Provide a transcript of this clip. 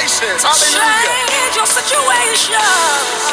Hallelujah. Change your situation.